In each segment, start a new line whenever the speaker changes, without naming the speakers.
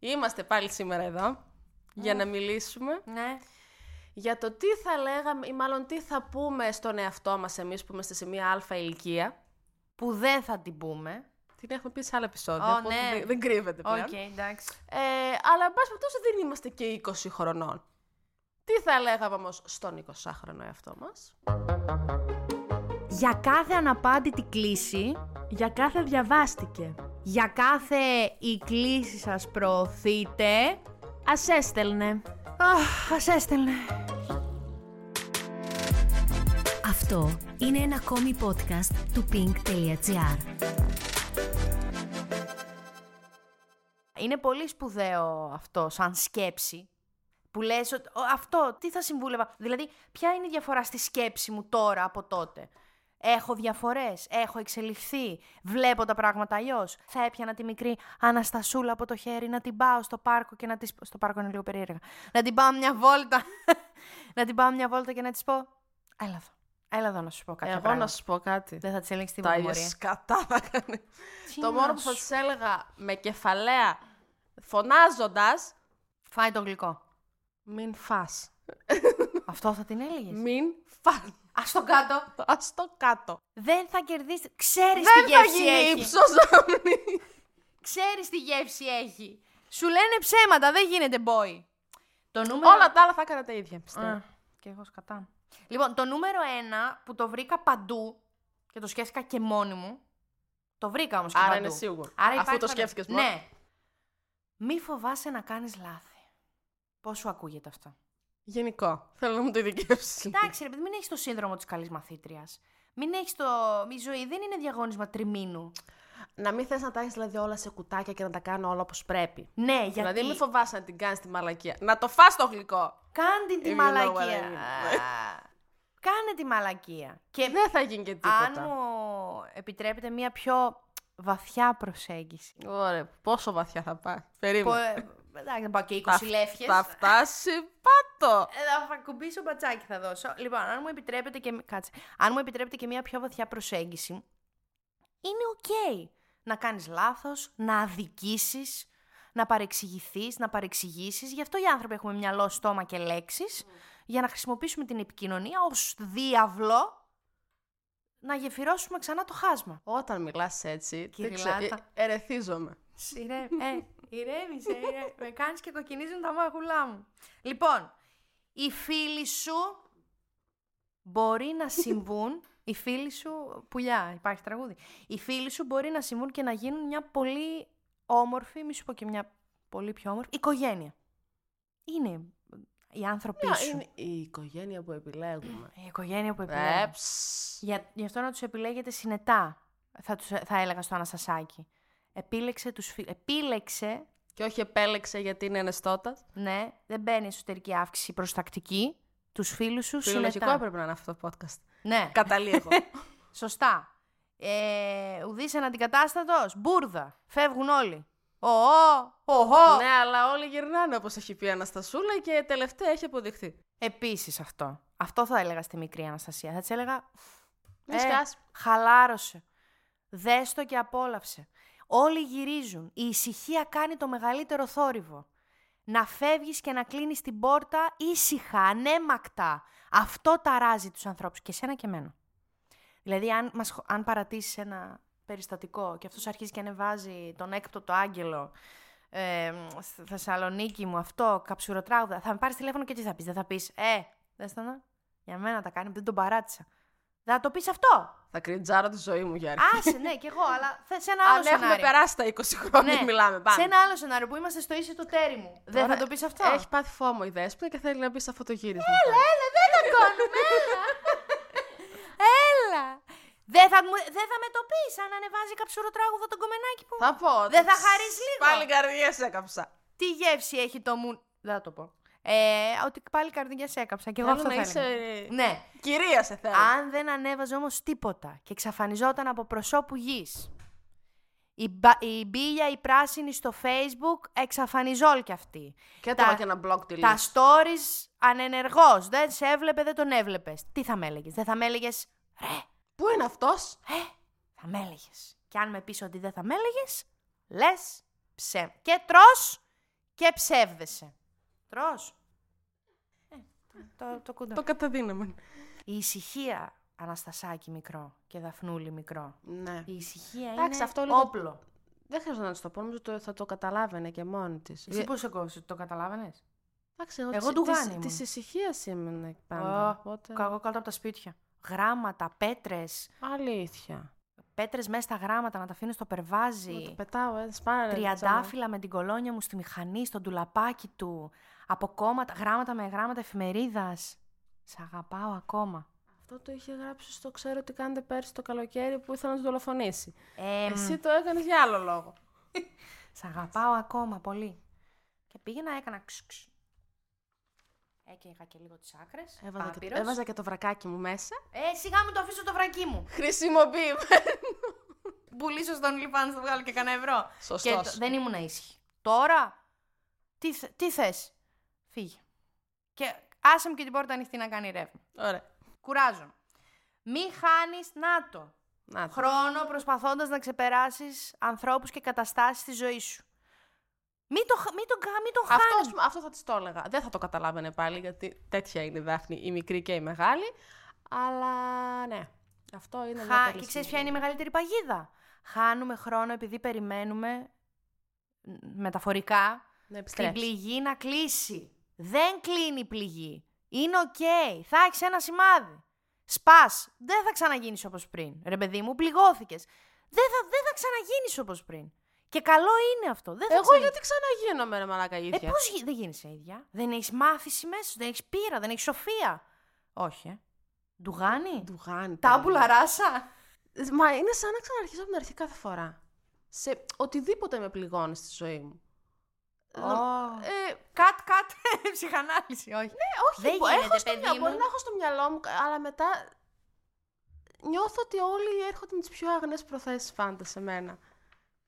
Είμαστε πάλι σήμερα εδώ για να μιλήσουμε
Ναι.
για το τι θα λέγαμε ή μάλλον τι θα πούμε στον εαυτό μας εμείς που είμαστε σε μία αλφα ηλικία.
Που δεν θα την πούμε.
Την έχουμε πει σε άλλα επεισόδια,
Ω,
οπότε
ναι.
δεν, δεν κρύβεται πλέον.
Οκ, εντάξει.
Ε, αλλά, εν πάση περιπτώσει, δεν είμαστε και 20 χρονών. Τι θα λέγαμε όμως στον 20χρονο εαυτό μας.
Για κάθε αναπάντητη κλίση,
Για κάθε διαβάστηκε.
για κάθε η κλίση σας προωθείτε, ας έστελνε. Αχ, ας έστελνε.
Αυτό είναι ένα ακόμη podcast του pink.gr.
Είναι πολύ σπουδαίο αυτό σαν σκέψη. Που λες ότι «Ω, αυτό, τι θα συμβούλευα. Δηλαδή, ποια είναι η διαφορά στη σκέψη μου τώρα από τότε. Έχω διαφορές, έχω εξελιχθεί, βλέπω τα πράγματα αλλιώς. Θα έπιανα τη μικρή Αναστασούλα από το χέρι να την πάω στο πάρκο και να της... Στο πάρκο είναι λίγο περίεργα. Να την πάω μια βόλτα. να την πάω μια βόλτα και να της πω... Έλα εδώ. Έλα εδώ να σου πω κάτι.
Εγώ να σου πω κάτι.
Δεν θα της έλεγξε
Τα
τίποτα.
ίδια
μωρή.
σκατά θα κάνει.
Τι
Το
να
μόνο που θα
σου-
της έλεγα με κεφαλαία φωνάζοντας.
Φάει το γλυκό.
Μην φά.
Αυτό θα την έλεγες.
Μην φά.
Ας το κάτω.
Ας το κάτω.
Δεν θα κερδίσει. Ξέρεις
Δεν
τι
θα
γεύση
γίνει
έχει.
ύψος ζάμνη.
Ξέρεις τι γεύση έχει. Σου λένε ψέματα, δεν γίνεται boy. Το νούμερο.
Όλα τα άλλα θα έκανα τα ίδια, πιστεύω.
Α, Και εγώ σκατά. Λοιπόν, το νούμερο ένα που το βρήκα παντού και το σκέφτηκα και μόνη μου. Το βρήκα όμως και
Άρα
παντού.
είναι σίγουρο.
Άρα
Αφού
υπάρχει
το
παντού.
σκέφτηκε μόνο.
Ναι. Μη φοβάσαι να κάνεις λάθη. Πώς σου ακούγεται αυτό.
Γενικό. Θέλω να μου το ειδικεύσεις.
Εντάξει, ρε παιδί, μην έχεις το σύνδρομο της καλής μαθήτριας. Μην έχεις το. Η ζωή δεν είναι διαγώνισμα τριμήνου.
Να μην θες να τα έχεις δηλαδή όλα σε κουτάκια και να τα κάνω όλα όπως πρέπει.
Ναι, γιατί.
Δηλαδή, μην φοβάσαι να την κάνεις τη μαλακία. Να το φας το γλυκό.
Κάνε την
If you
τη
know what I
μαλακία.
mean.
Α, Κάνε τη μαλακία. Και
Δεν θα γίνει και
αν
τίποτα.
μου επιτρέπετε μία πιο βαθιά προσέγγιση.
Ωραία, πόσο βαθιά θα πάει.
Που,
Περίμενα.
ε, εντάξει, δεν πάω και 20
Θα-
λεύχες.
Θα φτάσει πάτο.
Ε, Θα, θα κουμπίσω μπατσάκι θα δώσω. Λοιπόν, αν μου επιτρέπετε και... Κάτσε. Αν μου επιτρέπετε και μία πιο βαθιά προσέγγιση, είναι οκ να κάνεις λάθος, να αδικήσεις, να παρεξηγηθείς, να παρεξηγήσεις. Γι' αυτό οι άνθρωποι έχουμε μυαλό, στόμα και λέξεις, για να χρησιμοποιήσουμε την επικοινωνία ως διάβλο να γεφυρώσουμε ξανά το χάσμα.
Όταν μιλάς έτσι, δεν
Κυριλάτα.
ξέρω, ε, ερεθίζομαι.
Σειρέ, ε, ηρέμησε, ηρέ... με κάνεις και κοκκινίζουν τα μάγουλά μου. Λοιπόν, οι φίλοι σου μπορεί να συμβούν, οι φίλοι σου, πουλιά, υπάρχει τραγούδι, οι φίλοι σου μπορεί να συμβούν και να γίνουν μια πολύ όμορφη, μη σου πω και μια πολύ πιο όμορφη, οικογένεια. Είναι οι άνθρωποι
Ποια
σου.
Ναι, είναι η οικογένεια που επιλέγουμε.
Η οικογένεια που επιλέγεις.
Ε, ψ.
Για, γι' αυτό να τους επιλέγετε συνετά, θα, τους, θα έλεγα στο Αναστασάκη. Επίλεξε τους φίλους. Επίλεξε
Και όχι επέλεξε γιατί είναι ενεστώτας.
Ναι, δεν μπαίνει εσωτερική αύξηση προστακτική. Τους φίλους σου
Φιλολογικό
συνετά.
έπρεπε να είναι αυτό το podcast.
Ναι,
Καταλήγω.
σωστά. Ε, Ουδής αναντικατάστατο. Μπούρδα. Φεύγουν όλοι. Ωχώ, ωχώ.
ναι, αλλά όλοι γυρνάνε όπως έχει πει η Αναστασούλα και τελευταία έχει αποδειχθεί.
Επίσης αυτό. Αυτό θα έλεγα στη μικρή Αναστασία. Θα της έλεγα. ε,
Μη σκάς.
Χαλάρωσε. Δες το και απόλαυσε. Όλοι γυρίζουν. Η ησυχία κάνει το μεγαλύτερο θόρυβο. Να φεύγεις και να κλείνεις την πόρτα ήσυχα, ανέμακτα. Αυτό ταράζει τους ανθρώπους και εσένα και εμένα. Δηλαδή, αν, μας, χω- αν παρατήσεις ένα περιστατικό και αυτός αρχίζει και ανεβάζει τον έκτοτο άγγελο ε, στη Θεσσαλονίκη μου αυτό, καψουροτράγουδα, θα με πάρεις τηλέφωνο και τι θα πεις, δεν θα πεις «Ε, δες το να, για μένα τα κάνει, δεν τον παράτησα». Δεν θα το πεις αυτό.
Θα κριντζάρω τη ζωή μου, Γιάννη.
Άσε, ναι, κι εγώ, αλλά θε σε ένα άλλο
Αν
σενάριο.
έχουμε περάσει τα 20 χρόνια,
Ναι.
μιλάμε. Πάμε.
Σε ένα άλλο σενάριο που είμαστε στο ίσιο το τέρι μου. Δεν θα
Τώρα
το πεις αυτό.
Έχει πάθει φόμο η δέσποτα και θέλει να μπει σε αυτό το γύρισμα.
Έλα, δεν τα κάνουμε, έλα. έλα. Δεν θα, μου- δεν θα με το πεις αν ανεβάζει καψούρο τράγουδο τον κομμενάκι που.
Θα πω.
Δεν θα
«Τσ,
χαρείς λίγο».
Πάλι καρδιές έκαψα.
Τι γεύση έχει το μου. Δεν θα το πω. Ε, ότι πάλι καρδιά σε έκαψα. Και εγώ
Θέλω
αυτό
να
θα
είσαι.
έλεγα. Ναι.
Κυρία σε θέλω.
Αν δεν ανέβαζε όμως τίποτα και εξαφανιζόταν από προσώπου γης. Η, μπα- η μπίλια, η πράσινη στο facebook, εξαφανιζόλ κι αυτή.
Και
τα-
τώρα και ένα blog τη
Τα stories ανενεργός, δεν σε έβλεπε, δεν τον έβλεπες. Τι θα με έλεγες, δεν θα με έλεγες, ρε, ε,
Πού είναι αυτός.
θα με έλεγες. Και αν με πεις ότι δεν θα με έλεγες, λες ψέμα. Και τρως και ψεύδεσαι. Τρως. Ε, το, το, το κουντά.
Το καταδύναμεν.
Η ησυχία, Αναστασάκη μικρό και Δαφνούλη μικρό.
Ναι.
Η ησυχία
Εντάξει,
είναι
αυτό λίγο-
όπλο.
Δεν χρειάζεται να της το πω, νομίζω το- θα το καταλάβαινε και μόνη Ε, της.
Εσύ πώς σε κόβεις, το καταλάβαινες.
Εντάξει,
Εγώ του Γάνη ήμουν.
Της ησυχίας ήμουν πάντα.
Ω,
οπότε...
Εγώ κάτω από τα σπίτια. Γράμματα, πέτρες,
Αλήθεια.
πέτρες μέσα στα γράμματα να τα αφήνω στο
Να το
περβάζι.
πετάω, ε, σπάρε.
Τριαντάφυλλα με την κολόνια μου στη μηχανή, στο ντουλαπάκι του. Από κόμματα, γράμματα με γράμματα εφημερίδας. Σ' αγαπάω ακόμα.
Αυτό το είχε γράψει στο ξέρω τι κάνετε πέρσι το καλοκαίρι που ήθελα να του δολοφονήσει.
Ε,
Εσύ το έκανες για άλλο λόγο.
Σ' αγαπάω ακόμα πολύ. Και πήγαινα, έκανα ξ, ξ. Έκαιγα και λίγο τις άκρες.
Έβαζα και,
πάπυρος.
έβαζα και το βρακάκι μου μέσα.
Ε, σιγά μου το αφήσω το βρακί μου.
Χρησιμοποιημένο.
Πουλήσω στον Λιφάν, θα βγάλω και κανένα ευρώ.
Σωστός.
Και το- δεν ήμουν ήσυχη. Τώρα, τι, θε- τι θες. Φύγε. Και άσε μου και την πόρτα ανοιχτή να κάνει ρεύμα.
Ωραία.
Κουράζομαι. Μη χάνεις, να το,
Να το.
χρόνο προσπαθώντας να ξεπεράσεις ανθρώπους και καταστάσεις στη ζωή σου. Μην το, χα- μην το, κα- μην το χάνεις.
Αυτό, ας πούμε, αυτό θα της το έλεγα. Δεν θα το καταλάβαινε πάλι, γιατί τέτοια είναι η Δάφνη, η μικρή και η μεγάλη. Αλλά ναι, αυτό είναι μια
Χα...
καλή
Και ξέρεις
συμβουλή.
ποια είναι η μεγαλύτερη παγίδα. Χάνουμε χρόνο επειδή περιμένουμε ν- μεταφορικά
Να
την
επιστρέψει.
πληγή να κλείσει. Δεν κλείνει η πληγή. Είναι οκ. Θα έχεις ένα σημάδι. Σπα. Δεν θα ξαναγίνεις όπως πριν. Ρε παιδί μου, πληγώθηκες. Δεν θα, δεν θα ξαναγίνεις όπως πριν. Και καλό είναι αυτό. Δεν θα
Εγώ
ξαναγίνεις.
γιατί ξαναγίνομαι, ρε μαλάκα η
Ε,
ίδια.
πώ δεν γίνεσαι ίδια. Δεν έχεις μάθηση μέσα σου, δεν έχεις πείρα, δεν έχεις σοφία. Όχι. ε. Ντουγάνι.
Ντουγάνι.
Τάμπουλα ράσα.
Ε, Μα είναι σαν να ξαναρχίσω από την αρχή κάθε φορά. Σε οτιδήποτε με πληγώνει στη ζωή μου.
Ω.
Ε,
Κατ, κατ. Ψυχανάλυση, όχι.
όχι,
Δεν
μπο-
γίνεται,
έχω στο
παιδί
μυαλό, μπορεί
μου.
να έχω στο μυαλό μου, αλλά μετά νιώθω ότι όλοι έρχονται με τις πιο αγνές προθέσεις πάντα σε μένα.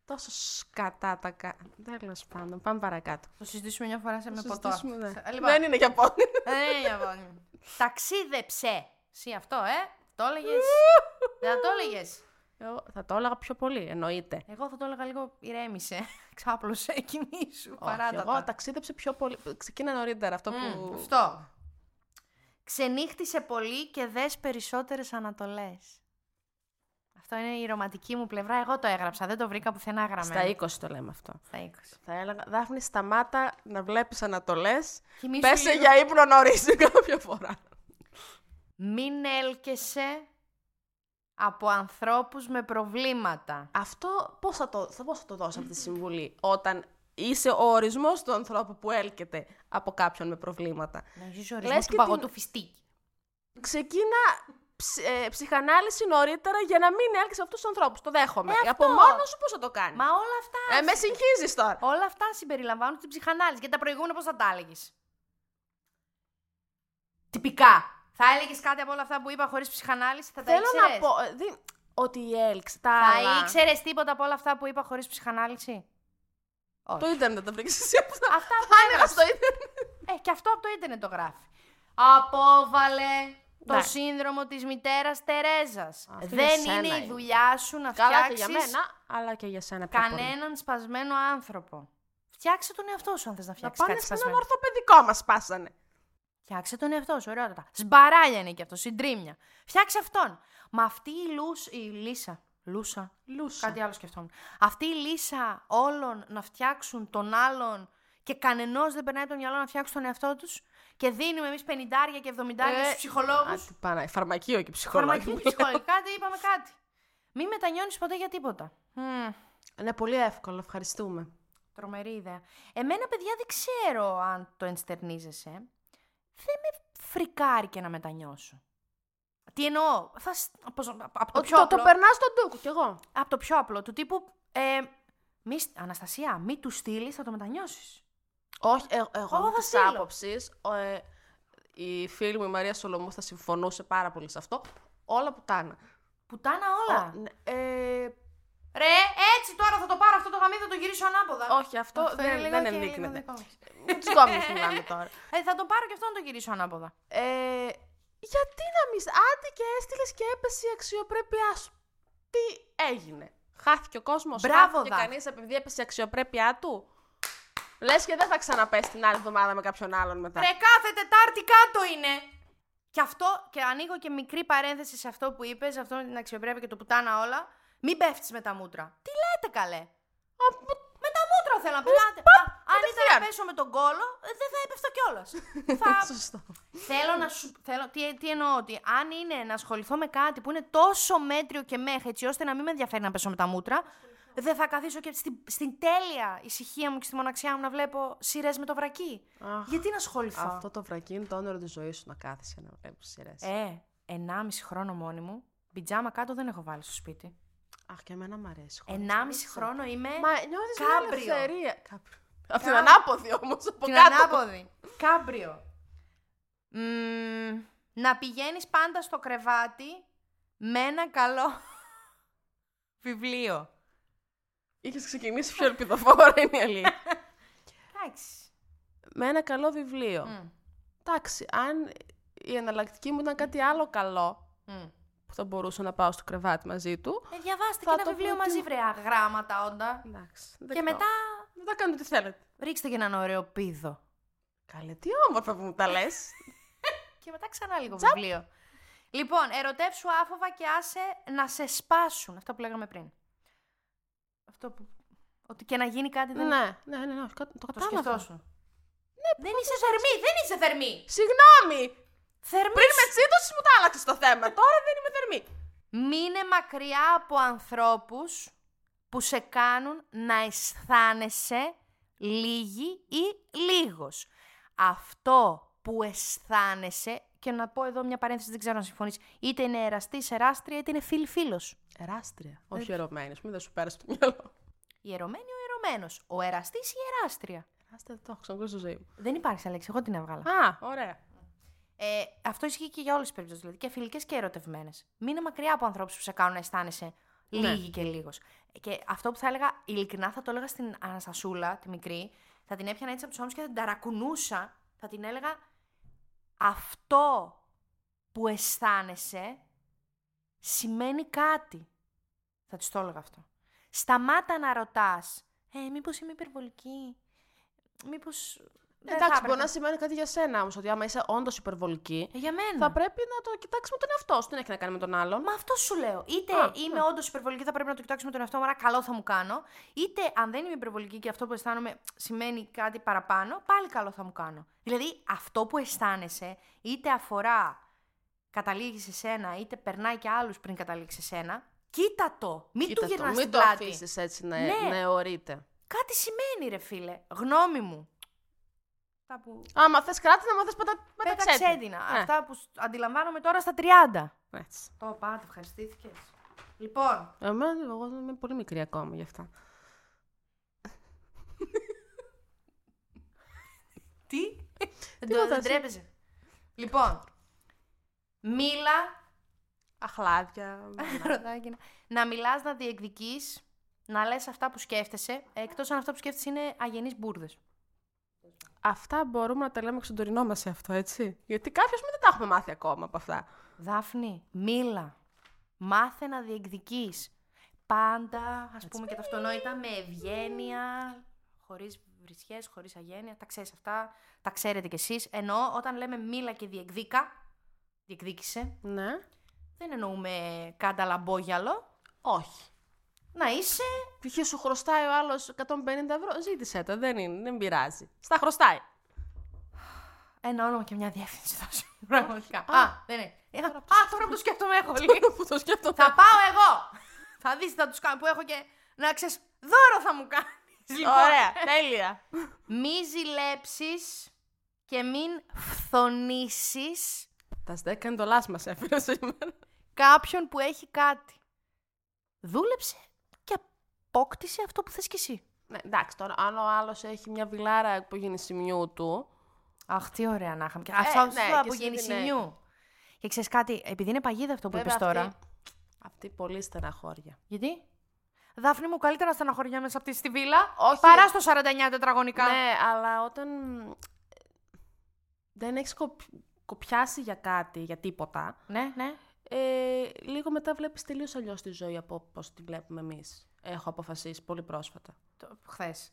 Τόσο σκατά τα κα... Τέλος πάντων, πάμε παρακάτω.
Το συζητήσουμε μια φορά σε
Το
με ποτό.
συζητήσουμε, ναι.
Ε, λοιπόν,
Δεν είναι για πόνι.
δεν είναι Ε, για πόνι. Ταξίδεψε. Συ αυτό, ε. Το έλεγες. Δεν θα το έλεγες.
Εγώ θα το έλεγα πιο πολύ, εννοείται.
Εγώ θα το έλεγα λίγο ηρέμησε. Ξάπλωσε, κοιμήσου.
Όχι,
Παράτα.
εγώ
τα.
ταξίδεψε πιο πολύ. Ξεκίνα νωρίτερα αυτό
Μμ,
που.
Αυτό. Ξενύχτησε πολύ και δες περισσότερες ανατολές. Αυτό είναι η ρομαντική μου πλευρά. Εγώ το έγραψα. Δεν το βρήκα πουθενά γραμμένο.
Στα 20 το λέμε αυτό.
Στα 20.
Θα έλεγα, Δάφνη, σταμάτα να βλέπεις ανατολές.
Κοιμήσου
Πέσε
λίγο.
για ύπνο νωρίς κάποια φορά.
Μην έλκεσαι από ανθρώπους με προβλήματα.
Αυτό πώς θα το, θα, πώς θα το δώσω αυτή τη συμβουλή, όταν είσαι ο ορισμός του ανθρώπου που έλκεται από κάποιον με προβλήματα.
Να ζεις ορισμός
Λες
του
και
παγωτού
την-
φιστίκι.
Ξεκίνα ψ- ε, ψυχανάλυση νωρίτερα για να μην έλκεσαι αυτούς τους ανθρώπους. Το δέχομαι.
Ε,
από
αυτό.
μόνος σου πώς θα το κάνεις.
Μα όλα αυτά...
Ε, με συγχύζεις τώρα.
Όλα αυτά συμπεριλαμβάνουν την ψυχανάλυση. Γιατί τα προηγούμενα πώς θα τα έλεγες. Τυπικά. Θα έλεγες κάτι από όλα αυτά που είπα χωρίς ψυχανάλυση, θα τα
Θέλω
ήξερες.
να πω ε, δι- ότι η έλξη, τα
Θα
άλλα-
ήξερες τίποτα από όλα αυτά που είπα χωρίς ψυχανάλυση.
Το ίντερνετ τα βρήκε εσύ.
Αυτά που
Άνεγα στο ίντερνετ.
Ε, και αυτό από το ίντερνετ το γράφει. Απόβαλε το
Ναι.
σύνδρομο της μητέρας Τερέζας.
Αυτό για
Δεν
σένα
είναι η
είναι. ε.
δουλειά σου να
Καλά και για
φτιάξεις
μένα, αλλά και για σένα πιο πολύ.
κανέναν σπασμένο άνθρωπο. Φτιάξε τον εαυτό σου, αν θες να
Να
φτιάξεις
πάνε
κάτι
σε
σπασμένο.
έναν ορθοπαιδικό μας πάσανε.
Φτιάξε τον εαυτό σου, ωραιότατα. Σμπαράλια είναι και αυτό, συντρίμια. Φτιάξε αυτόν. Μα αυτή η, Λούς, η Λίσα. Λούσα.
Λούσα.
Κάτι άλλο σκεφτόμουν. Αυτή η λύσα όλων να φτιάξουν τον άλλον και κανενός δεν περνάει από το μυαλό να φτιάξει τον εαυτό τους και δίνουμε εμείς 50 και 70 ε, στου ψυχολόγου.
Α, τι πάνε, φαρμακείο και ψυχολόγοι.
Φαρμακείο, ψυχολόγοι. Κάτι είπαμε κάτι. Μη μετανιώνεις ποτέ για τίποτα. Μμμ.
Είναι Ε, ναι, πολύ εύκολο, ευχαριστούμε.
Τρομερή ιδέα. Εμένα, παιδιά, δεν ξέρω αν το ενστερνίζεσαι. Δεν με φρικάρει και να μετανιώσω. Τι εννοώ. Θα, σ- πώς να- από το
Ότι
πιο
το, το
απλό-
περνάς στον τούκο κι εγώ.
από το πιο απλό, του τύπου. Ε, μη, σ- Αναστασία, μη του στείλεις, θα το μετανιώσεις.
Όχι, ε, εγώ
Εγώ
είμαι
θα
της
στείλω.
άποψης, ο, ε, η φίλη μου η Μαρία Σολομού θα συμφωνούσε πάρα πολύ σε αυτό. Όλα πουτάνα.
Πουτάνα όλα.
Ο, ναι, ε,
Ρε, έτσι τώρα θα το πάρω αυτό το γαμί, θα το γυρίσω ανάποδα.
όχι, αυτό,
είναι
δεν,
λίγο
δεν
και λίγο
ενδείκνεται.
δικό μας.
Μην τους κόβουμε μιλάμε τώρα.
Ε, θα το πάρω και αυτό να το γυρίσω ανάποδα.
Ε, γιατί να μη... σ- Άντε και έστειλες και έπεσε η αξιοπρέπειά σου. Τι έγινε. Χάθηκε ο κόσμος.
Μπράβο,
Χάθηκε
Δα.
κανείς επειδή έπεσε η αξιοπρέπειά του. Λες και δεν θα ξαναπέσει την άλλη εβδομάδα με κάποιον άλλον μετά.
Ρε κάθε Τετάρτη κάτω είναι. Και αυτό, και ανοίγω και μικρή παρένθεση σε αυτό που είπες, σε αυτό με την αξιοπρέπεια και το πουτάνα όλα. Μην πέφτεις με τα μούτρα. Τι λέτε καλέ. Με τα μούτρα θέλω να πελάτε. Αν ήταν να
κατευθείαν.
πέσω με τον κόλο, ε, δεν θα έπεφτα κιόλας. θα...
Σωστό.
θέλω να σου. Θέλω... Τι, τι εννοώ, ότι αν είναι να ασχοληθώ με κάτι που είναι τόσο μέτριο και μέχρι, έτσι ώστε να μην με ενδιαφέρει να πέσω με τα μούτρα, δεν θα καθίσω και στην, στην τέλεια ησυχία μου και στη μοναξιά μου να βλέπω σειρές με το βρακί.
Αχ,
Γιατί να ασχοληθώ.
Αυτό το βρακί είναι το όνειρο της ζωής σου να κάθεσαι να βλέπεις σειρές.
Ε, 1,5 χρόνο μόνη μου. Πιτζάμα κάτω δεν έχω βάλει στο σπίτι.
Αχ, και εμένα μου αρέσει. χωρίς.
1,5 χρόνο είμαι.
Μα νιώθεις μια
Κάμπριο.
ελευθερία. Κάμπριο. Από την
Κα-
ανάποδη όμως. Από
Την
κάτω.
ανάποδη. Κάμπριο. Μμμ, να πηγαίνεις πάντα στο κρεβάτι με ένα καλό βιβλίο.
Είχες ξεκινήσει πιο ελπιδοφόρα, είναι η αλήθεια.
Εντάξει.
με ένα καλό βιβλίο.
Μμ,
Εντάξει, αν η εναλλακτική μου ήταν κάτι άλλο καλό
μμ.
που θα μπορούσα να πάω στο κρεβάτι μαζί του.
Ε, διαβάστε και
Θα
ένα
το
βιβλίο
προτείνω.
μαζί, βρέα γράμματα όντα.
Εντάξει.
Και
δεκτό.
μετά
Μετά κάνω τι θέλετε.
ρίξτε και έναν ωραίο πίδο.
Καλέ, τι όμορφα που μου τα λες.
Και μετά ξανά λίγο βιβλίο. Λοιπόν, ερωτεύσου άφοβα και άσε να σε σπάσουν. Αυτό που λέγαμε πριν. Αυτό που... Ότι και να Ναι, γίνει κάτι δεν
ναι, ναι, ναι, ναι, κα- το
Το
κατάλαβα.
σκεφτόσουν. δεν είσαι θερμή, δεν είσαι θερμή.
Συγγνώμη!
Θερμή.
Πριν με τσίτωσε μου τα άλλαξες το θέμα. Τώρα δεν είμαι θερμή.
Μείνε μακριά από ανθρώπους που σε κάνουν να αισθάνεσαι λίγη ή λίγος. Αυτό που αισθάνεσαι, και να πω εδώ μια παρένθεση, δεν ξέρω αν συμφωνείς, είτε είναι εραστής, εράστρια, είτε είναι φίλη φίλος.
Εράστρια. Όχι ερωμένη, μην δεν σου πέρασε το μυαλό.
Η ερωμένη, ο ερωμένος. Ο εραστής, η εράστρια.
Εράστρια δεν το έχω ξανακούσει στη ζωή μου.
Δεν υπάρχει σαν λέξη, εγώ την έβγαλα.
Α, ωραία.
Ε, αυτό ισχύει και για όλες τις περιπτώσεις. Δηλαδή και φιλικές και ερωτευμένες. Μείνε μακριά από ανθρώπους που σε κάνουν να αισθάνεσαι
Ναι.
λίγη και λίγος. Και αυτό που θα έλεγα, ειλικρινά θα το έλεγα στην Αναστασούλα, τη μικρή, θα την έπιανα έτσι από τους ώμους και θα την ταρακουνούσα. Θα την έλεγα αυτό που αισθάνεσαι σημαίνει κάτι. Θα της το έλεγα αυτό. Σταμάτα να ρωτάς. Ε, μήπως είμαι υπερβολική. Μήπως.
Εντάξει, μπορεί να σημαίνει κάτι για σένα όμως. Ότι άμα είσαι όντως υπερβολική,
Ε, Για μένα.
θα πρέπει να το κοιτάξεις με τον εαυτό σου. Δεν έχει να κάνει με τον άλλον.
Μα αυτό σου λέω. Είτε
Α, ναι.
είμαι όντως υπερβολική, θα πρέπει να το κοιτάξω με τον εαυτό μου, άρα καλό θα μου κάνω. Είτε αν δεν είμαι υπερβολική και αυτό που αισθάνομαι σημαίνει κάτι παραπάνω, πάλι καλό θα μου κάνω. Δηλαδή, αυτό που αισθάνεσαι, είτε αφορά καταλήγεις σε σένα, είτε περνάει και άλλους πριν καταλήξεις σε σένα, κοίτα το. Μην
Κοίτα
του γυρνάς
μην
την
το
πλάτη.
αφήσεις έτσι να,
Ναι.
να αιωρείται.
Κάτι σημαίνει, ρε φίλε. Γνώμη μου. Αυτά που.
Άμα θες κράτη, να μάθει πέτα,
Πέταξε
πέταξε.
έντυνα.
Ναι.
Αυτά που σ- αντιλαμβάνομαι τώρα στα 30.
Έτσι.
Το πάτε, ευχαριστήθηκες. Λοιπόν,
Εμένα, εγώ είμαι πολύ μικρή ακόμα γι' αυτά.
Τι. δεν,
Τίποτα,
Ε, το, δεν
εσύ.
τρέπεζε. Λοιπόν, μίλα.
Αχλάδια.
ρωτάκι, να- να μιλάς, να διεκδικείς, να λες αυτά που σκέφτεσαι, εκτός αν αυτά που σκέφτεσαι είναι αγενείς μπουρδες.
αυτά μπορούμε να τα λέμε εξωτερινό μας σε αυτό, έτσι. Γιατί κάποιος μην δεν τα έχουμε μάθει ακόμα από αυτά.
Δάφνη, μίλα. Μάθε να διεκδικείς. Πάντα, ας πούμε και τα αυτονόητα, με ευγένεια, χωρίς βρισιές, χωρίς αγένεια. Τα ξέρεις αυτά, τα ξέρετε κι εσείς. Ενώ όταν λέμε μίλα και διεκδίκα, διεκδίκησε,
Ναι.
δεν εννοούμε κάντα λαμπόγιαλο.
Όχι.
Να είσαι.
Π.χ. σου χρωστάει ο άλλος 150 ευρώ, ζήτησε τα, δεν είναι, δεν πειράζει. Στα χρωστάει.
Ένα όνομα και μια διεύθυνση θα σου Πραγματικά. Α, δεν είναι. Ε, Α, τώρα που το σκέφτομαι έχω λίγο.
Που το σκέφτομαι.
Θα πάω εγώ. Θα δεις τι θα τους κάνω που έχω και να ξέρεις δώρο θα μου κάνεις. Λοιπόν,
Ωραία, τέλεια.
Μη ζηλέψεις και μην φθονήσεις
Τα στέκανε το λάσμα μα έφερε σήμερα.
κάποιον που έχει κάτι. Δούλεψε και απόκτησε αυτό που θες κι εσύ.
Ναι, εντάξει, τώρα αν ο άλλος έχει μια βιλάρα που γίνει σημειού του.
Αχ, τι ωραία να είχαμε. Και αυτό
ναι,
ναι,
και
από
εσύ
γεννησιμιού. Και ξέρεις κάτι, επειδή είναι παγίδα αυτό που είπε
Βέβαια,
τώρα.
αυτή- Αυτή πολύ στεναχώρια.
Γιατί? Δάφνη μου, καλύτερα να στεναχωριέμαι μέσα από τη στη βίλα
Όχι.
παρά στο 49 τετραγωνικά.
Ναι, αλλά όταν ε, δεν έχεις κοπιάσει για κάτι, για τίποτα,
ναι. ναι.
ε, λίγο μετά βλέπεις τελείως αλλιώς τη ζωή από πώς τη βλέπουμε εμείς. Έχω αποφασίσει πολύ πρόσφατα.
Το, χθες.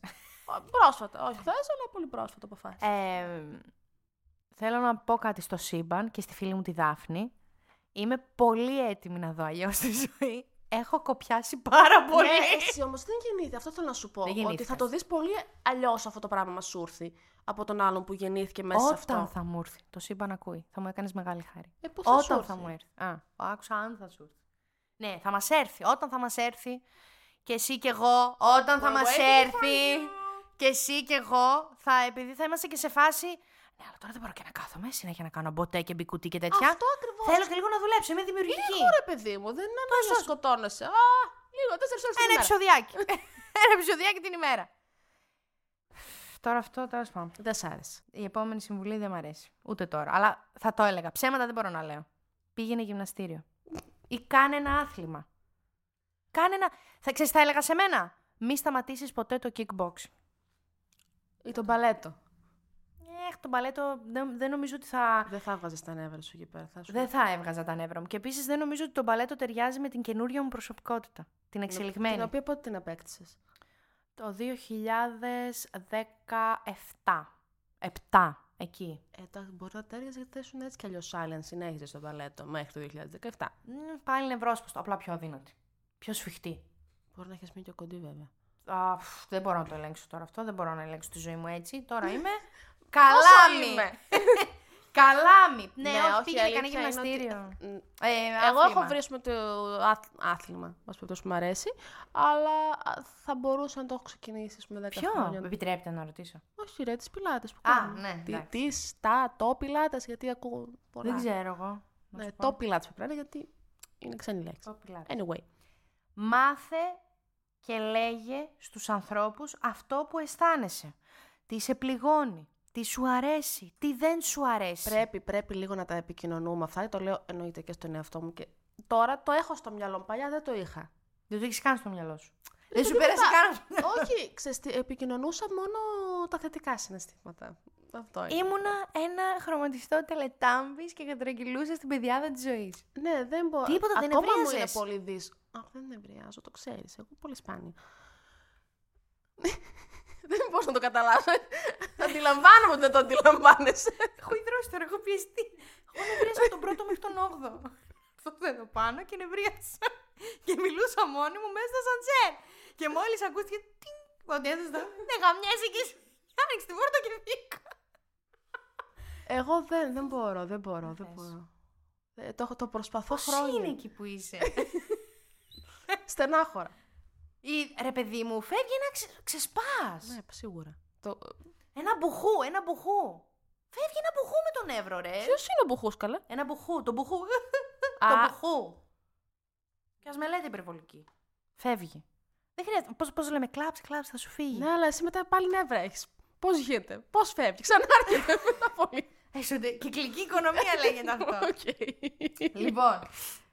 Πρόσφατα. Όχι χθες, αλλά πολύ πρόσφατα αποφάσισα.
Ε, θέλω να πω κάτι στο σύμπαν και στη φίλη μου τη Δάφνη. Είμαι πολύ έτοιμη να δω αλλιώς τη ζωή. Έχω κοπιάσει πάρα Ε, πολύ.
Ναι, εσύ όμως δεν γεννήθηκε. Αυτό θέλω να σου πω.
Δεν
Ότι
γεννήθηκα.
θα το δεις πολύ αλλιώς αυτό το πράγμα μας σου έρθει από τον άλλον που γεννήθηκε μέσα σε
Όταν
αυτό.
θα μου έρθει. Το σύμπαν ακούει. Θα μου έκανες μεγάλη χάρη.
Ε, πώς σου
Όταν
έρθει?
θα μου έρθει. Α, άκουσα αν θα σου έρθει. Ναι, θα μας έρθει. Όταν θα μας έρθει. Και εσύ και εγώ. Όταν θα
Μα
μα
έγινε
έρθει. Και εσύ και εγώ. Θα, επειδή θα είμαστε και σε φάση. Ναι, αλλά τώρα δεν μπορώ και να κάθομαι. Συνέχεια να κάνω μποτέ και μπικουτί και τέτοια.
Αυτό ακριβώς.
Θέλω και λίγο να δουλέψω. Είμαι δημιουργική.
Ωραία, παιδί μου, δεν είναι ανάγκη να
Τόσο.
σκοτώνεσαι. Α, λίγο, τέσσερις ώρες
Ένα επεισοδιάκι. Ένα επεισοδιάκι την ημέρα. Τώρα αυτό τέλος πάντων.
Δεν σ' άρεσε.
Η επόμενη συμβουλή δεν μ' αρέσει. Ούτε τώρα. Αλλά θα το έλεγα. Ψέματα δεν μπορώ να λέω. Πήγαινε γυμναστήριο. Ή κάνε ένα άθλημα. Κάνε ένα. Θα ξέρεις, θα έλεγα σε μένα. Μη σταματήσεις ποτέ το kickbox.
Ή τον παλέτο.
Εχ, τον παλέτο δεν, δεν νομίζω ότι θα.
Δεν θα βάζει τα νεύρα σου εκεί πέρα. Θα σου
Δεν θα έβγαζα τα νεύρα μου. Και επίσης δεν νομίζω ότι το παλέτο ταιριάζει με την καινούργια μου προσωπικότητα. Την εξελιγμένη.
Την οποία πότε την απέκτησες.
Το 2017. 7. Εκεί.
Εντάξει, Ε, μπορεί να τέριαζε γιατί θα ήσουν έτσι κι αλλιώς silent συνέχιζες στο παλέτο μέχρι το 2017.
Μμ, Πάλι νευρόσπαστο. Απλά πιο αδύνατη. Πιο σφιχτή.
Μπορεί να έχεις μείνει και κοντή βέβαια.
Α, φ, δεν μπορώ να το ελέγξω τώρα αυτό. Δεν μπορώ να ελέγξω τη ζωή μου έτσι. Τώρα είμαι.
Πόσο
Καλάμι!
είμαι?
Καλάμι! Ναι, όχι,
η
πήγαινε κανένα
αλήθεια είναι ότι-
γυμναστήριο.
Ν-
Ε,
Εγώ
άθλημα.
έχω βρει με το αθ- άθλημα, μα πει που μου αρέσει, αλλά α, θα μπορούσα να το έχω ξεκινήσει ας πούμε, 10
Ποιο?
χρόνια.
Με επιτρέπετε να ρωτήσω.
Όχι, ρε, τις πιλάτες που
Α,
κάνουν.
ναι,
Τι,
εντάξει.
τις, τα, το πιλάτες, γιατί ακούω πολλά.
Δεν ξέρω εγώ. να
Ναι,
σου πω.
το πιλάτες πρέπει να είναι, γιατί είναι ξένη λέξη.
Το πιλάτες.
Anyway.
Μάθε και λέγε στους ανθρώπους αυτό που αισθάνεσαι. Τι σε πληγώνει, τι σου αρέσει, τι δεν σου αρέσει.
Πρέπει, πρέπει λίγο να τα επικοινωνούμε αυτά. Το λέω εννοείται και στον εαυτό μου. Και τώρα το έχω στο μυαλό μου. Παλιά δεν το είχα.
Δεν το έχεις καν στο μυαλό σου. Δεν σου
τίποτα.
πέρασε καν.
Όχι, ξέρεις, τι, επικοινωνούσα μόνο τα θετικά συναισθήματα. Αυτό είναι.
Ήμουνα ένα χρωματιστό τελετάμπης και κατρακυλούσα στην πεδιάδα της ζωής.
Ναι, δεν μπορώ.
Τίποτα, δεν
Ακόμα μου είναι
νευρίαζες.
πολύ δύσκολο. Α, δεν νευριάζω, το ξέρεις. Εγώ πολύ σπάνια. δεν μπορώ να το καταλάβω. Αντιλαμβάνομαι ότι δεν το αντιλαμβάνεσαι.
Έχω ιδρώσει τώρα, έχω πιεστεί. Έχω νευρίασει από τον πρώτο μέχρι τον όγδοο. Αυτό εδώ πάνω και νευρίασα. Και μιλούσα μόνη μου μέσα στο σαντζέρ. Και μόλις ακούστηκε τιν, ότι έδωσα. Ναι, γαμιέσαι και εσύ. Άνοιξε την πόρτα και βγήκα.
Εγώ δεν, δεν μπορώ, δεν μπορώ, δεν
θες.
μπορώ. Ε, το, έχω- το προσπαθώ
Πώς
χρόνια.
είναι εκεί που είσαι.
Στενάχωρα.
Ή, ρε παιδί μου, φεύγει να ξε, ξεσπάς.
ναι, σίγουρα. Το...
Ένα μπουχού, ένα μπουχού. Φεύγει ένα μπουχού με τον Εύρο, ρε.
Ποιος είναι ο μπουχός, καλά.
Ένα μπουχού, τον μπουχού.
Α.
τον μπουχού. Και ας με λέτε υπερβολική. Φεύγει. Δεν χρειάζεται. Πώς πώς λέμε, κλάψε, κλάψε, θα σου φύγει.
Ναι, αλλά εσύ μετά πάλι νεύρα έχεις. Πώς γίνεται, πώς φεύγει, ξανά έρχεται μετά πολύ.
Έσονται. Ε, Κυκλική οικονομία λέγεται αυτό.
Οκ.
λοιπόν.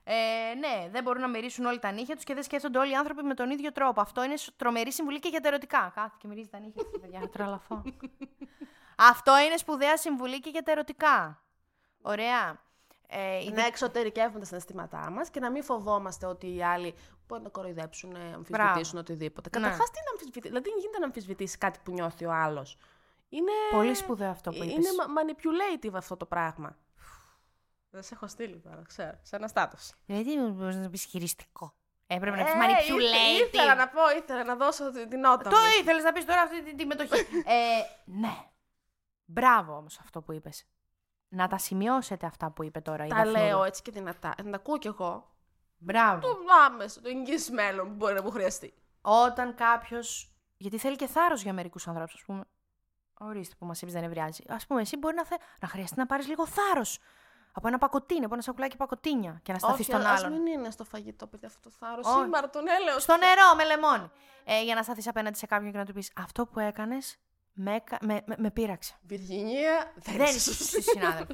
Ε, ναι, δεν μπορούν να μυρίσουν όλοι τα νύχια τους και δεν σκέφτονται όλοι οι άνθρωποι με τον ίδιο τρόπο. Αυτό είναι σ- τρομερή συμβουλή και για τα ερωτικά. Κάθε και μυρίζει τα νύχια της, παιδιά. να Τρελαθώ. Αυτό είναι σπουδαία συμβουλή και για τα ερωτικά. Ωραία. Ε, η
να εξωτερικεύουμε τα συναισθήματά μας και να μην φοβόμαστε ότι οι άλλοι μπορεί να κοροϊδέψουν, να αμφισβητήσουν
Μπράβο.
οτιδήποτε.
Ναι.
Καταρχάς, τι να αμφισβητήσει. Δηλαδή, δεν γίνεται να αμφισβητήσει κάτι που νιώθει ο άλλος. Είναι.
Πολύ σπουδαίο αυτό που είπες.
Είναι μα- manipulative αυτό το πράγμα. Δεν σε έχω στείλει τώρα, ξέρω. Σε ένα στάτο.
Δηλαδή, μπορείς να πεις χειριστικό. Έπρεπε να πει
Ε, Ήθελα
manipulating.
να πω, ήθελα να δώσω τη- την νότα.
Το
μου.
ήθελες να πεις τώρα αυτή τη- τη μετοχή. ε, ναι. Μπράβο όμως αυτό που είπες. Να τα σημειώσετε αυτά που είπε τώρα. η
Τα
Δαφνούλα.
λέω έτσι και δυνατά. Να τα ακούω κι εγώ.
Μπράβο.
Το άμεσο, το εγγύς μέλλον που μπορεί να μου χρειαστεί.
Όταν κάποιος. Γιατί θέλει και θάρρος για μερικούς ανθρώπους, ας πούμε. Ορίστε που μας είπες δεν ευριάζει. Ας πούμε, εσύ μπορεί να, θε... να χρειαστεί να πάρεις λίγο θάρρος. Από ένα πακοτίνι, από ένα σακουλάκι πακοτίνια και να σταθεί
Όχι,
στον
ας
άλλον.
μην είναι στο φαγητό, παιδιά, αυτό το θάρρος.
Όχι.
Σήμερα τον έλεος.
Στο νερό με λεμόνι. Ε, για να σταθείς απέναντι σε κάποιον και να του πεις Αυτό που έκανες με, έκα- με, με, με πείραξε.
Βυργινία, δεν,
Δεν
είσαι
είσαι συνάδελφο.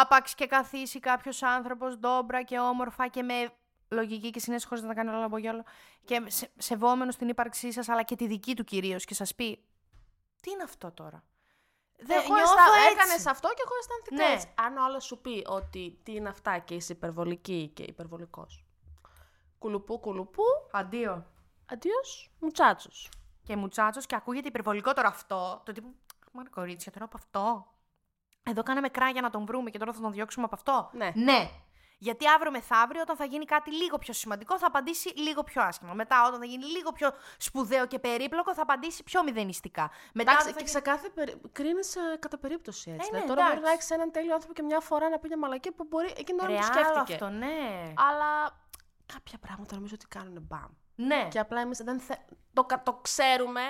Άπαξ και καθίσει κάποιος άνθρωπος ντόμπρα και όμορφα και με λογική και συνέσχο χωρίς να τα κάνει όλα λαμπογιόλο και σε, σεβόμενος την ύπαρξή σας αλλά και τη δική του κυρίως και σας πει Τι είναι αυτό τώρα. Δεν
εγώ
Ε, νιώθω
αισθά...
έτσι.
έκανες αυτό και εγώ αισθάνθηκα
Ναι.
έτσι. Αν ο άλλος σου πει ότι τι είναι αυτά και είσαι υπερβολική και υπερβολικός. Κουλουπού, κουλουπού,
Αντίο.
αντίος, μουτσάτσος.
Και και μουτσάτσος και ακούγεται υπερβολικό τώρα αυτό. Το τύπο. Μα κορίτσια, τώρα από αυτό. Εδώ κάναμε κράγια να τον βρούμε και τώρα θα τον διώξουμε από αυτό.
Ναι.
Γιατί αύριο μεθαύριο, όταν θα γίνει κάτι λίγο πιο σημαντικό, θα απαντήσει λίγο πιο άσχημα. Μετά, όταν θα γίνει λίγο πιο σπουδαίο και περίπλοκο, θα απαντήσει πιο μηδενιστικά. Μετά,
Εντάξει,
όταν θα
και
γίνει-
σε κάθε περί... κρίνει κατά περίπτωση έτσι.
Ε,
δηλαδή,
ναι,
τώρα μπορεί να
εντάξει.
έχει έναν τέλειο άνθρωπο και μια φορά να πει μια μαλακία που μπορεί εκείνη την ώρα να το
Ρε,
σκέφτηκε.
άλλο αυτό, ναι.
Ε. Αλλά κάποια πράγματα νομίζω ότι κάνουν μπαμ.
ναι.
Και απλά εμείς δεν θε... το, κα- το ξέρουμε.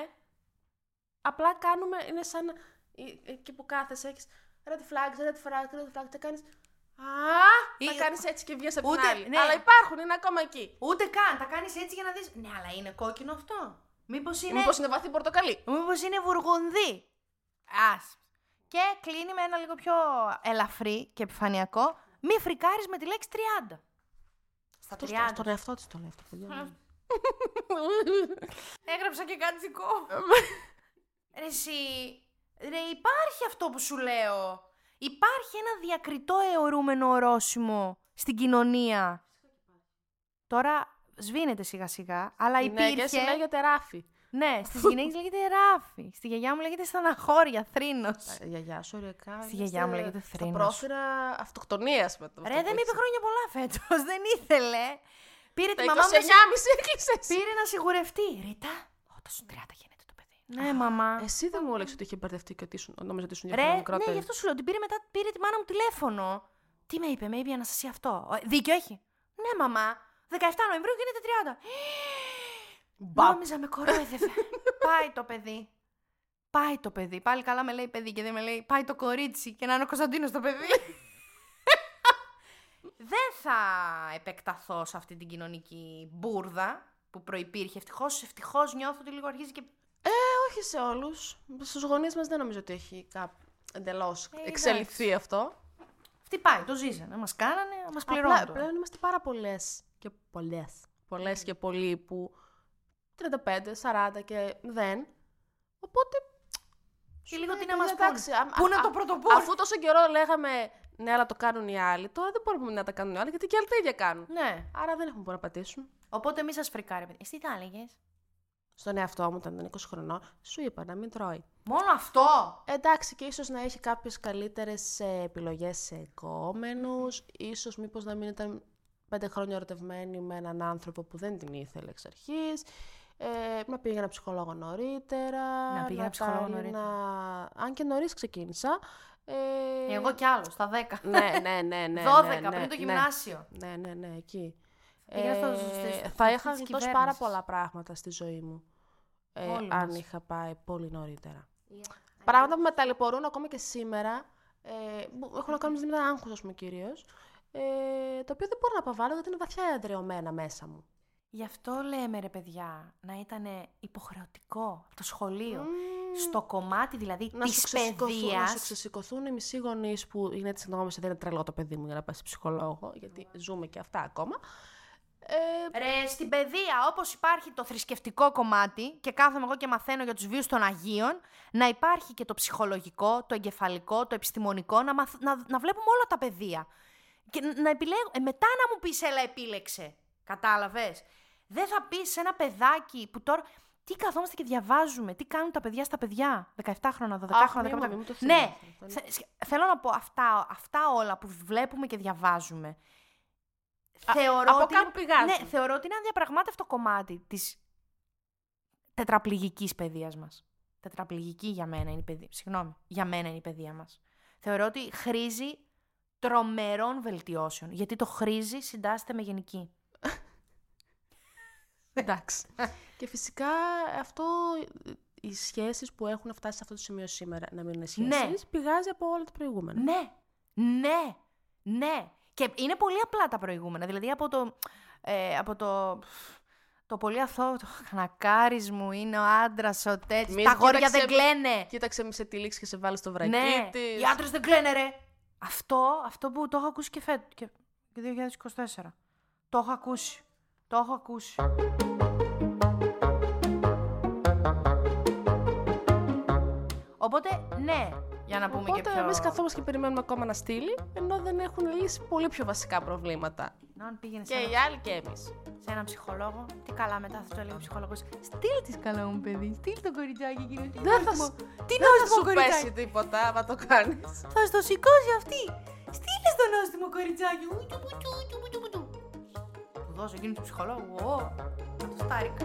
Απλά κάνουμε. Είναι σαν ε- εκεί που κάθεσαι, έχεις red flags, red flags, red flags. Θα κάνεις. Α!
Ή-
Θα κάνεις έτσι και βγεις από
Ούτε-
την άλλη.
ναι.
Αλλά υπάρχουν, είναι ακόμα εκεί.
Ούτε καν. Τα κάνεις έτσι για να δεις. Ναι, αλλά είναι κόκκινο αυτό. Μήπως είναι.
Μήπως είναι βαθύ πορτοκαλί.
Μήπως είναι βουργουνδί. Ας. Και κλείνει με ένα λίγο πιο ελαφρύ και επιφανειακό. Μη φρικάρεις με τη λέξη 30. Στα
Αυτό
30.
στο- Στον εαυτό της το λέει αυτό, παιδιά.
Έγραψα και κάτι δικό. Ε, Ρε εσύ, ρε υπάρχει αυτό που σου λέω. Υπάρχει ένα διακριτό αιωρούμενο ορόσημο στην κοινωνία. Τώρα σβήνεται σιγά σιγά, αλλά
Γυναίκες
υπήρχε...
λέγεται ράφι.
Ναι, στις γυναίκες λέγεται ράφι. Στη γιαγιά μου λέγεται στεναχώρια, θρήνος.
Η γιαγιά σου ωριακά.
Στη γιαγιά μου λέγεται
Τα
θρήνος.
πρόφυρα αυτοκτονίας με το.
Ρε, δεν είπε χρόνια πολλά φέτος. Δεν ήθελε. Πήρε τη
Τα 29,5
μαμά μου. να σι-
έκλεισε.
Πήρε να σιγουρευτεί. Ρίτα, όταν σου 30 γίνεται το παιδί. Ναι, μαμά.
Εσύ δεν μου έλεγες ότι είχε μπερδευτεί και ότι ήσουν- νόμιζα ότι ήσουν για
Ρε,
χρόνια
ναι,
μικρότερη.
γι' αυτό σου λέω. Την πήρε μετά, πήρε τη μάνα μου τηλέφωνο. Τι με είπε, με είπε η Αναστασία αυτό. Ε, Δίκιο έχει. Ναι, μαμά. 17 Νοεμβρίου γίνεται 30.
Μπαπ.
Νόμιζα με κορόιδευε. Πάει το παιδί. Πάει το παιδί. Πάλι καλά με λέει παιδί και δεν με λέει πάει το κορίτσι και να είναι ο Κωνσταντίνος το παιδί. δεν θα επεκταθώ σε αυτή την κοινωνική μπουρδα που προϋπήρχε. Ευτυχώς, ευτυχώς νιώθω ότι λίγο αρχίζει και...
Όχι σε όλους. Στους γονείς μας δεν νομίζω ότι έχει κάπου εντελώ
εντάξει.
εξελιχθεί αυτό.
Χτυπάει, το ζήσανε. Μας κάνανε, μας
Απλά
πληρώνουν.
πλέον είμαστε πάρα πολλές και πολλές. Πολλές και πολλοί που 35, 40 και δεν. Οπότε.
Και
σου
λίγο
λέει,
τι να μας
«Παιδιά, Ε, εντάξει, α-
Πού
α-
να
α-
το πρωτοπούν.
Αφού τόσο καιρό λέγαμε ναι, αλλά το κάνουν οι άλλοι, τώρα δεν μπορούμε να τα κάνουν οι άλλοι γιατί και οι άλλοι τα ίδια κάνουν.
Ναι.
Άρα δεν έχουμε που να πατήσουν.
Οπότε μη σας φρικάρει. παιδί. Εσύ τι θα έλεγες.
Στον εαυτό μου, όταν ήταν 20 χρονών, σου είπα να μην τρώει.
Μόνο αυτό.
Εντάξει, και ίσως να έχει κάποιες καλύτερες ε, επιλογές σε εγκόμενους, ίσως μήπως να μην ήταν πέντε χρόνια ερωτευμένη με έναν άνθρωπο που δεν την ήθελε εξ αρχής, ε, να πήγε ένα ψυχολόγο νωρίτερα.
Να πήγε ένα ψυχολόγο
πάρει
νωρίτερα.
να- Αν και νωρίς ξεκίνησα. Ε...
Εγώ κι άλλος, στα 10.
Ναι, ναι, ναι, ναι, ναι.
12
ναι,
πριν το
ναι.
γυμνάσιο.
Ναι, ναι, ναι, εκεί. Ε,
Πήγαινα στο- στο- στο- στο-
θα είχα
της
γλιτώσει πάρα
κυβέρνησης.
πολλά πράγματα στη ζωή μου. ε,
Όλοι
αν
μας.
είχα πάει πολύ νωρίτερα. Πράγματα που με ταλαιπωρούν ακόμα και σήμερα. Ε, που έχουν να κάνουν με ζητήματα άγχου, ας πούμε, κυρίως. Ε, το οποίο δεν μπορώ να αποβάλω γιατί είναι βαθιά εδρεωμένα μέσα μου.
Γι' αυτό λέμε ρε παιδιά να ήταν υποχρεωτικό από το σχολείο. Στο κομμάτι δηλαδή
Να σου,
της
ξεσηκωθούν, να σου
παιδείας.
ξεσηκωθούν οι μισοί γονείς που είναι τη γνώμη δεν είναι τρελό το παιδί μου για να πάει σε ψυχολόγο, γιατί ζούμε και αυτά ακόμα. Ε,
Ρε, στην παιδεία, όπως υπάρχει το θρησκευτικό κομμάτι και κάθομαι εγώ και μαθαίνω για τους βίους των Αγίων, να υπάρχει και το ψυχολογικό, το εγκεφαλικό, το επιστημονικό, να, μαθ- να, να βλέπουμε όλα τα παιδεία. Και ν- να επιλέγω. Ε, μετά να μου πεις, έλα, επίλεξε. Κατάλαβες. Δεν θα πεις σε ένα παιδάκι που τώρα. Τι καθόμαστε και διαβάζουμε, τι κάνουν τα παιδιά στα παιδιά. 17 χρόνια, 12
Αχ, μη
χρόνια,
μου-
15
μη μου το
Ναι,
θυμίζεις αυτό,
θε- σχε- θέλω να πω αυτά, αυτά όλα που βλέπουμε και διαβάζουμε.
Α,
θεωρώ
από
ότι
κάπου
είναι-
πηγάζουν.
Ναι, θεωρώ ότι είναι αδιαπραγμάτευτο κομμάτι της τετραπληγικής παιδείας μας. Τετραπληγική για μένα είναι η παιδεία. Συγγνώμη, για μένα είναι η παιδεία μας. Θεωρώ ότι χρήζει τρομερών βελτιώσεων. Γιατί το χρήζει συντάσσεται με γενική.
Εντάξει. και φυσικά αυτό, ε, οι σχέσεις που έχουν φτάσει σε αυτό το σημείο σήμερα να μην είναι σχέσει,
Ναι.
πηγάζει από όλα τα προηγούμενα.
Ναι, ναι, ναι. Και είναι πολύ απλά τα προηγούμενα. Δηλαδή από το. Ε, από το το πολύ αθώο, το χανακάρι μου είναι ο άντρας, ο τέτοιος.
Μη
Τα γόρια
κοίταξε-
δεν κλαίνε.
Κοίταξε με σε τη λήξη και σε βάλει στο βρακί
Ναι,
της.
οι άντρες δεν κλαίνε, ρε. Αυτό, αυτό που το έχω ακούσει και φέτο. Και, και 2024. Το έχω ακούσει. Το έχω ακούσει. Οπότε, ναι, Για να πούμε
Οπότε
και πιο...
εμείς καθόμαστε και περιμένουμε ακόμα να στείλει, ενώ δεν έχουν λύσει πολύ πιο βασικά προβλήματα.
Να, αν πήγαινε σε,
Και οι
ένα,
άλλοι και εμείς.
σε έναν ψυχολόγο, τι καλά μετά θα το λέει ο ψυχολόγος. Στείλ τη καλά μου, παιδί. Στείλ το κοριτσάκι εκείνο. τι
Δεν θα,
νόστιμο.
σ-
Τι
δεν θα
νόστιμο
σου
κοριτσάκι.
πέσει τίποτα άμα το κάνεις.
Θα στο σηκώσει αυτή. Στείλες το νόστιμο κοριτσάκι. Ούτου, πουτου, ούτου, πουτου, πουτου. Του δώσω εκείνη του ψυχολόγου. Ω, να το στάρικα.